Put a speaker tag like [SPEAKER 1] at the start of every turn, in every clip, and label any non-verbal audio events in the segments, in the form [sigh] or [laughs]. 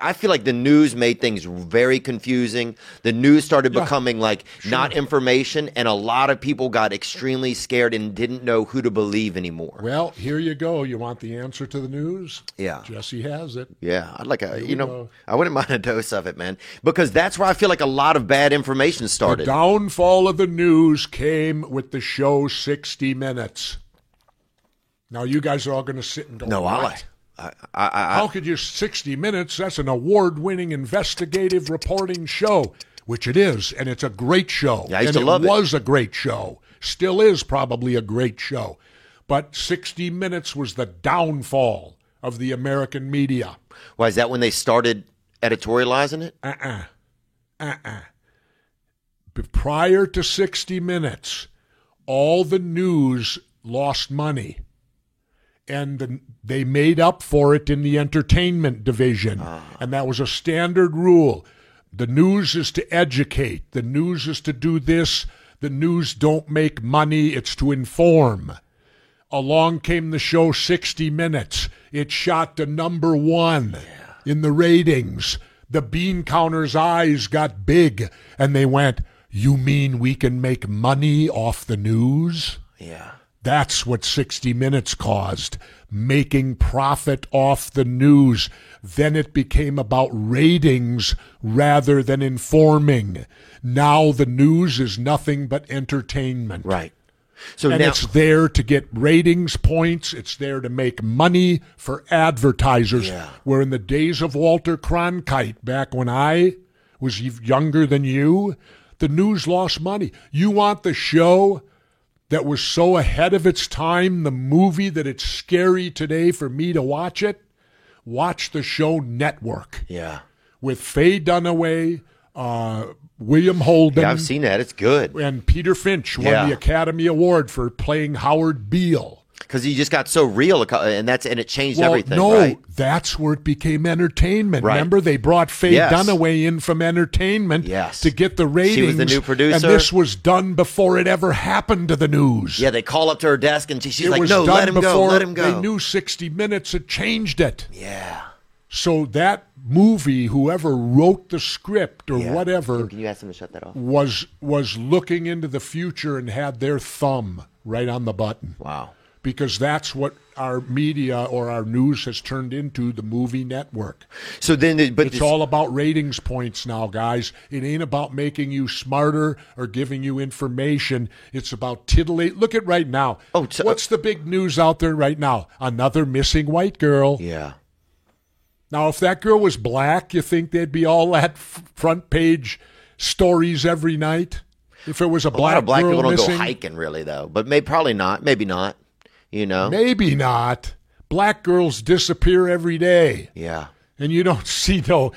[SPEAKER 1] I feel like the news made things very confusing. The news started
[SPEAKER 2] Yeah.
[SPEAKER 1] becoming like not information, and a lot of people got extremely scared and didn't know who to believe anymore.
[SPEAKER 2] Well, here you go. You want the answer to the news?
[SPEAKER 1] Yeah.
[SPEAKER 2] Jesse has it.
[SPEAKER 1] Yeah, I'd like a
[SPEAKER 2] we
[SPEAKER 1] you know
[SPEAKER 2] go.
[SPEAKER 1] I wouldn't [laughs] mind a dose of it, man, because that's where I feel like a lot of bad information
[SPEAKER 2] The
[SPEAKER 1] started.
[SPEAKER 2] downfall of the news came with the show 60 Minutes. Now, you guys are all going to sit and go,
[SPEAKER 1] no, I,
[SPEAKER 2] "What?
[SPEAKER 1] I, I, I
[SPEAKER 2] How could you 60 Minutes? That's an award winning investigative reporting show, which it is, and it's a great show.
[SPEAKER 1] Yeah, I used
[SPEAKER 2] and
[SPEAKER 1] to love it.
[SPEAKER 2] was a great show, still is probably a great show. But 60 Minutes was the downfall of the American media.
[SPEAKER 1] why is that when they started editorializing it?
[SPEAKER 2] uh uh-uh. uh. B- Prior to 60 Minutes, all the news lost money. And the, they made up for it in the entertainment division. And that was a standard rule. The news is to educate, the news is to do this, the news don't make money, it's to inform. Along came the show 60 Minutes. It shot to number one in the ratings. The bean counter's eyes got big and they went, You mean we can make money off the news?
[SPEAKER 1] Yeah.
[SPEAKER 2] That's what 60 Minutes caused making profit off the news. Then it became about ratings rather than informing. Now the news is nothing but entertainment.
[SPEAKER 1] Right. So
[SPEAKER 2] And
[SPEAKER 1] now
[SPEAKER 2] it's there to get ratings points. It's there to make money for advertisers.
[SPEAKER 1] Yeah.
[SPEAKER 2] Where in the days of Walter Cronkite, back when I was ev- younger than you, the news lost money. You want the show that was so ahead of its time, the movie that it's scary today for me to watch it? Watch the show Network
[SPEAKER 1] yeah.
[SPEAKER 2] with Faye Dunaway, uh, William Holden
[SPEAKER 1] Yeah, I've seen that. It's good
[SPEAKER 2] and Peter Finch won
[SPEAKER 1] Yeah.
[SPEAKER 2] the Academy Award for playing Howard Beale.
[SPEAKER 1] because you just got so real, and that's and it changed everything.
[SPEAKER 2] no,
[SPEAKER 1] right?
[SPEAKER 2] that's where it became entertainment.
[SPEAKER 1] Right.
[SPEAKER 2] Remember, they brought Faye
[SPEAKER 1] Yes.
[SPEAKER 2] Dunaway in from entertainment
[SPEAKER 1] Yes.
[SPEAKER 2] to get the ratings.
[SPEAKER 1] She was the new
[SPEAKER 2] and
[SPEAKER 1] producer.
[SPEAKER 2] this was done before it ever happened to the news.
[SPEAKER 1] Yeah, they call up to her desk and she, she's
[SPEAKER 2] it
[SPEAKER 1] like,
[SPEAKER 2] was
[SPEAKER 1] "No,
[SPEAKER 2] done
[SPEAKER 1] let him
[SPEAKER 2] before
[SPEAKER 1] go, let him go."
[SPEAKER 2] they knew 60 Minutes had changed it.
[SPEAKER 1] yeah.
[SPEAKER 2] So that movie, whoever wrote the script or
[SPEAKER 1] yeah.
[SPEAKER 2] whatever,
[SPEAKER 1] Can you ask him to shut that off?
[SPEAKER 2] was was looking into the future and had their thumb right on the button.
[SPEAKER 1] Wow.
[SPEAKER 2] because that's what our media or our news has turned into the movie network.
[SPEAKER 1] So then, it- but
[SPEAKER 2] It's
[SPEAKER 1] this-
[SPEAKER 2] all about ratings points now, guys. It ain't about making you smarter or giving you information. It's about titillate. Look at right now.
[SPEAKER 1] Oh, t-
[SPEAKER 2] What's the big news out there right now? Another missing white girl.
[SPEAKER 1] yeah,
[SPEAKER 2] Now, if that girl was black, you think there'd be all that f- front page stories every night? If it was a,
[SPEAKER 1] a lot
[SPEAKER 2] black,
[SPEAKER 1] of black
[SPEAKER 2] girl
[SPEAKER 1] people don't go
[SPEAKER 2] missing,
[SPEAKER 1] hiking really though, but may probably not, maybe not. You know?
[SPEAKER 2] maybe not. Black girls disappear every day.
[SPEAKER 1] Yeah.
[SPEAKER 2] and you don't [laughs] see no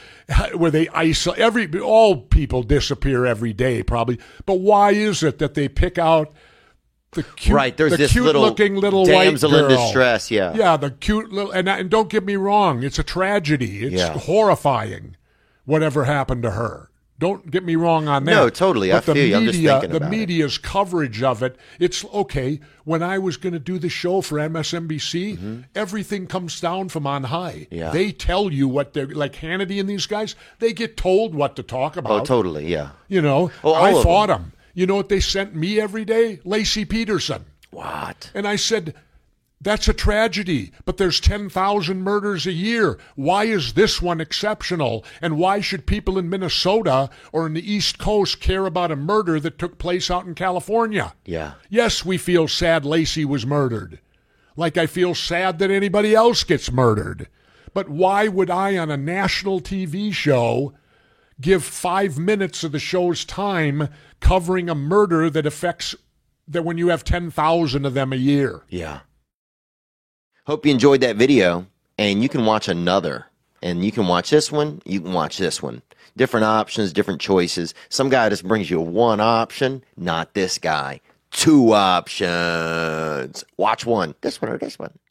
[SPEAKER 2] where they isolate every all people disappear every day probably but why is it that they pick out the cute,
[SPEAKER 1] Right, there's
[SPEAKER 2] the
[SPEAKER 1] this
[SPEAKER 2] cute
[SPEAKER 1] little
[SPEAKER 2] looking little
[SPEAKER 1] damsel
[SPEAKER 2] white
[SPEAKER 1] in
[SPEAKER 2] girl.
[SPEAKER 1] distress, yeah.
[SPEAKER 2] yeah the cute little and, and don't get me wrong it's a tragedy it's
[SPEAKER 1] Yeah.
[SPEAKER 2] horrifying whatever happened to her don't get me wrong on that
[SPEAKER 1] No, totally,
[SPEAKER 2] but
[SPEAKER 1] I
[SPEAKER 2] the
[SPEAKER 1] feel you. I'm just
[SPEAKER 2] media
[SPEAKER 1] thinking
[SPEAKER 2] the
[SPEAKER 1] about it.
[SPEAKER 2] media's coverage of it it's okay when i was going to do the show for msnbc everything comes down from on high
[SPEAKER 1] Mm-hmm. Yeah.
[SPEAKER 2] they tell you what they're like Hannity and these guys, they get told what to talk
[SPEAKER 1] Oh,
[SPEAKER 2] about.
[SPEAKER 1] totally. Yeah.
[SPEAKER 2] You know,
[SPEAKER 1] Oh, all
[SPEAKER 2] I
[SPEAKER 1] of
[SPEAKER 2] fought them. You know what they sent me every day? Lacey Peterson.
[SPEAKER 1] What?
[SPEAKER 2] And I said, that's a tragedy, but there's 10,000 murders a year. Why is this one exceptional? And why should people in Minnesota or in the East Coast care about a murder that took place out in California?
[SPEAKER 1] Yeah.
[SPEAKER 2] Yes, we feel sad Lacey was murdered. Like I feel sad that anybody else gets murdered. But why would I, on a national TV show, give five minutes of the show's time covering a murder that affects that when you have 10,000 of them a year?
[SPEAKER 1] Yeah. Hope you enjoyed that video, and you can watch another. And you can watch this one, you can watch this one. Different options, different choices. Some guy just brings you one option, not this guy. Two options. Watch one, this one or this one.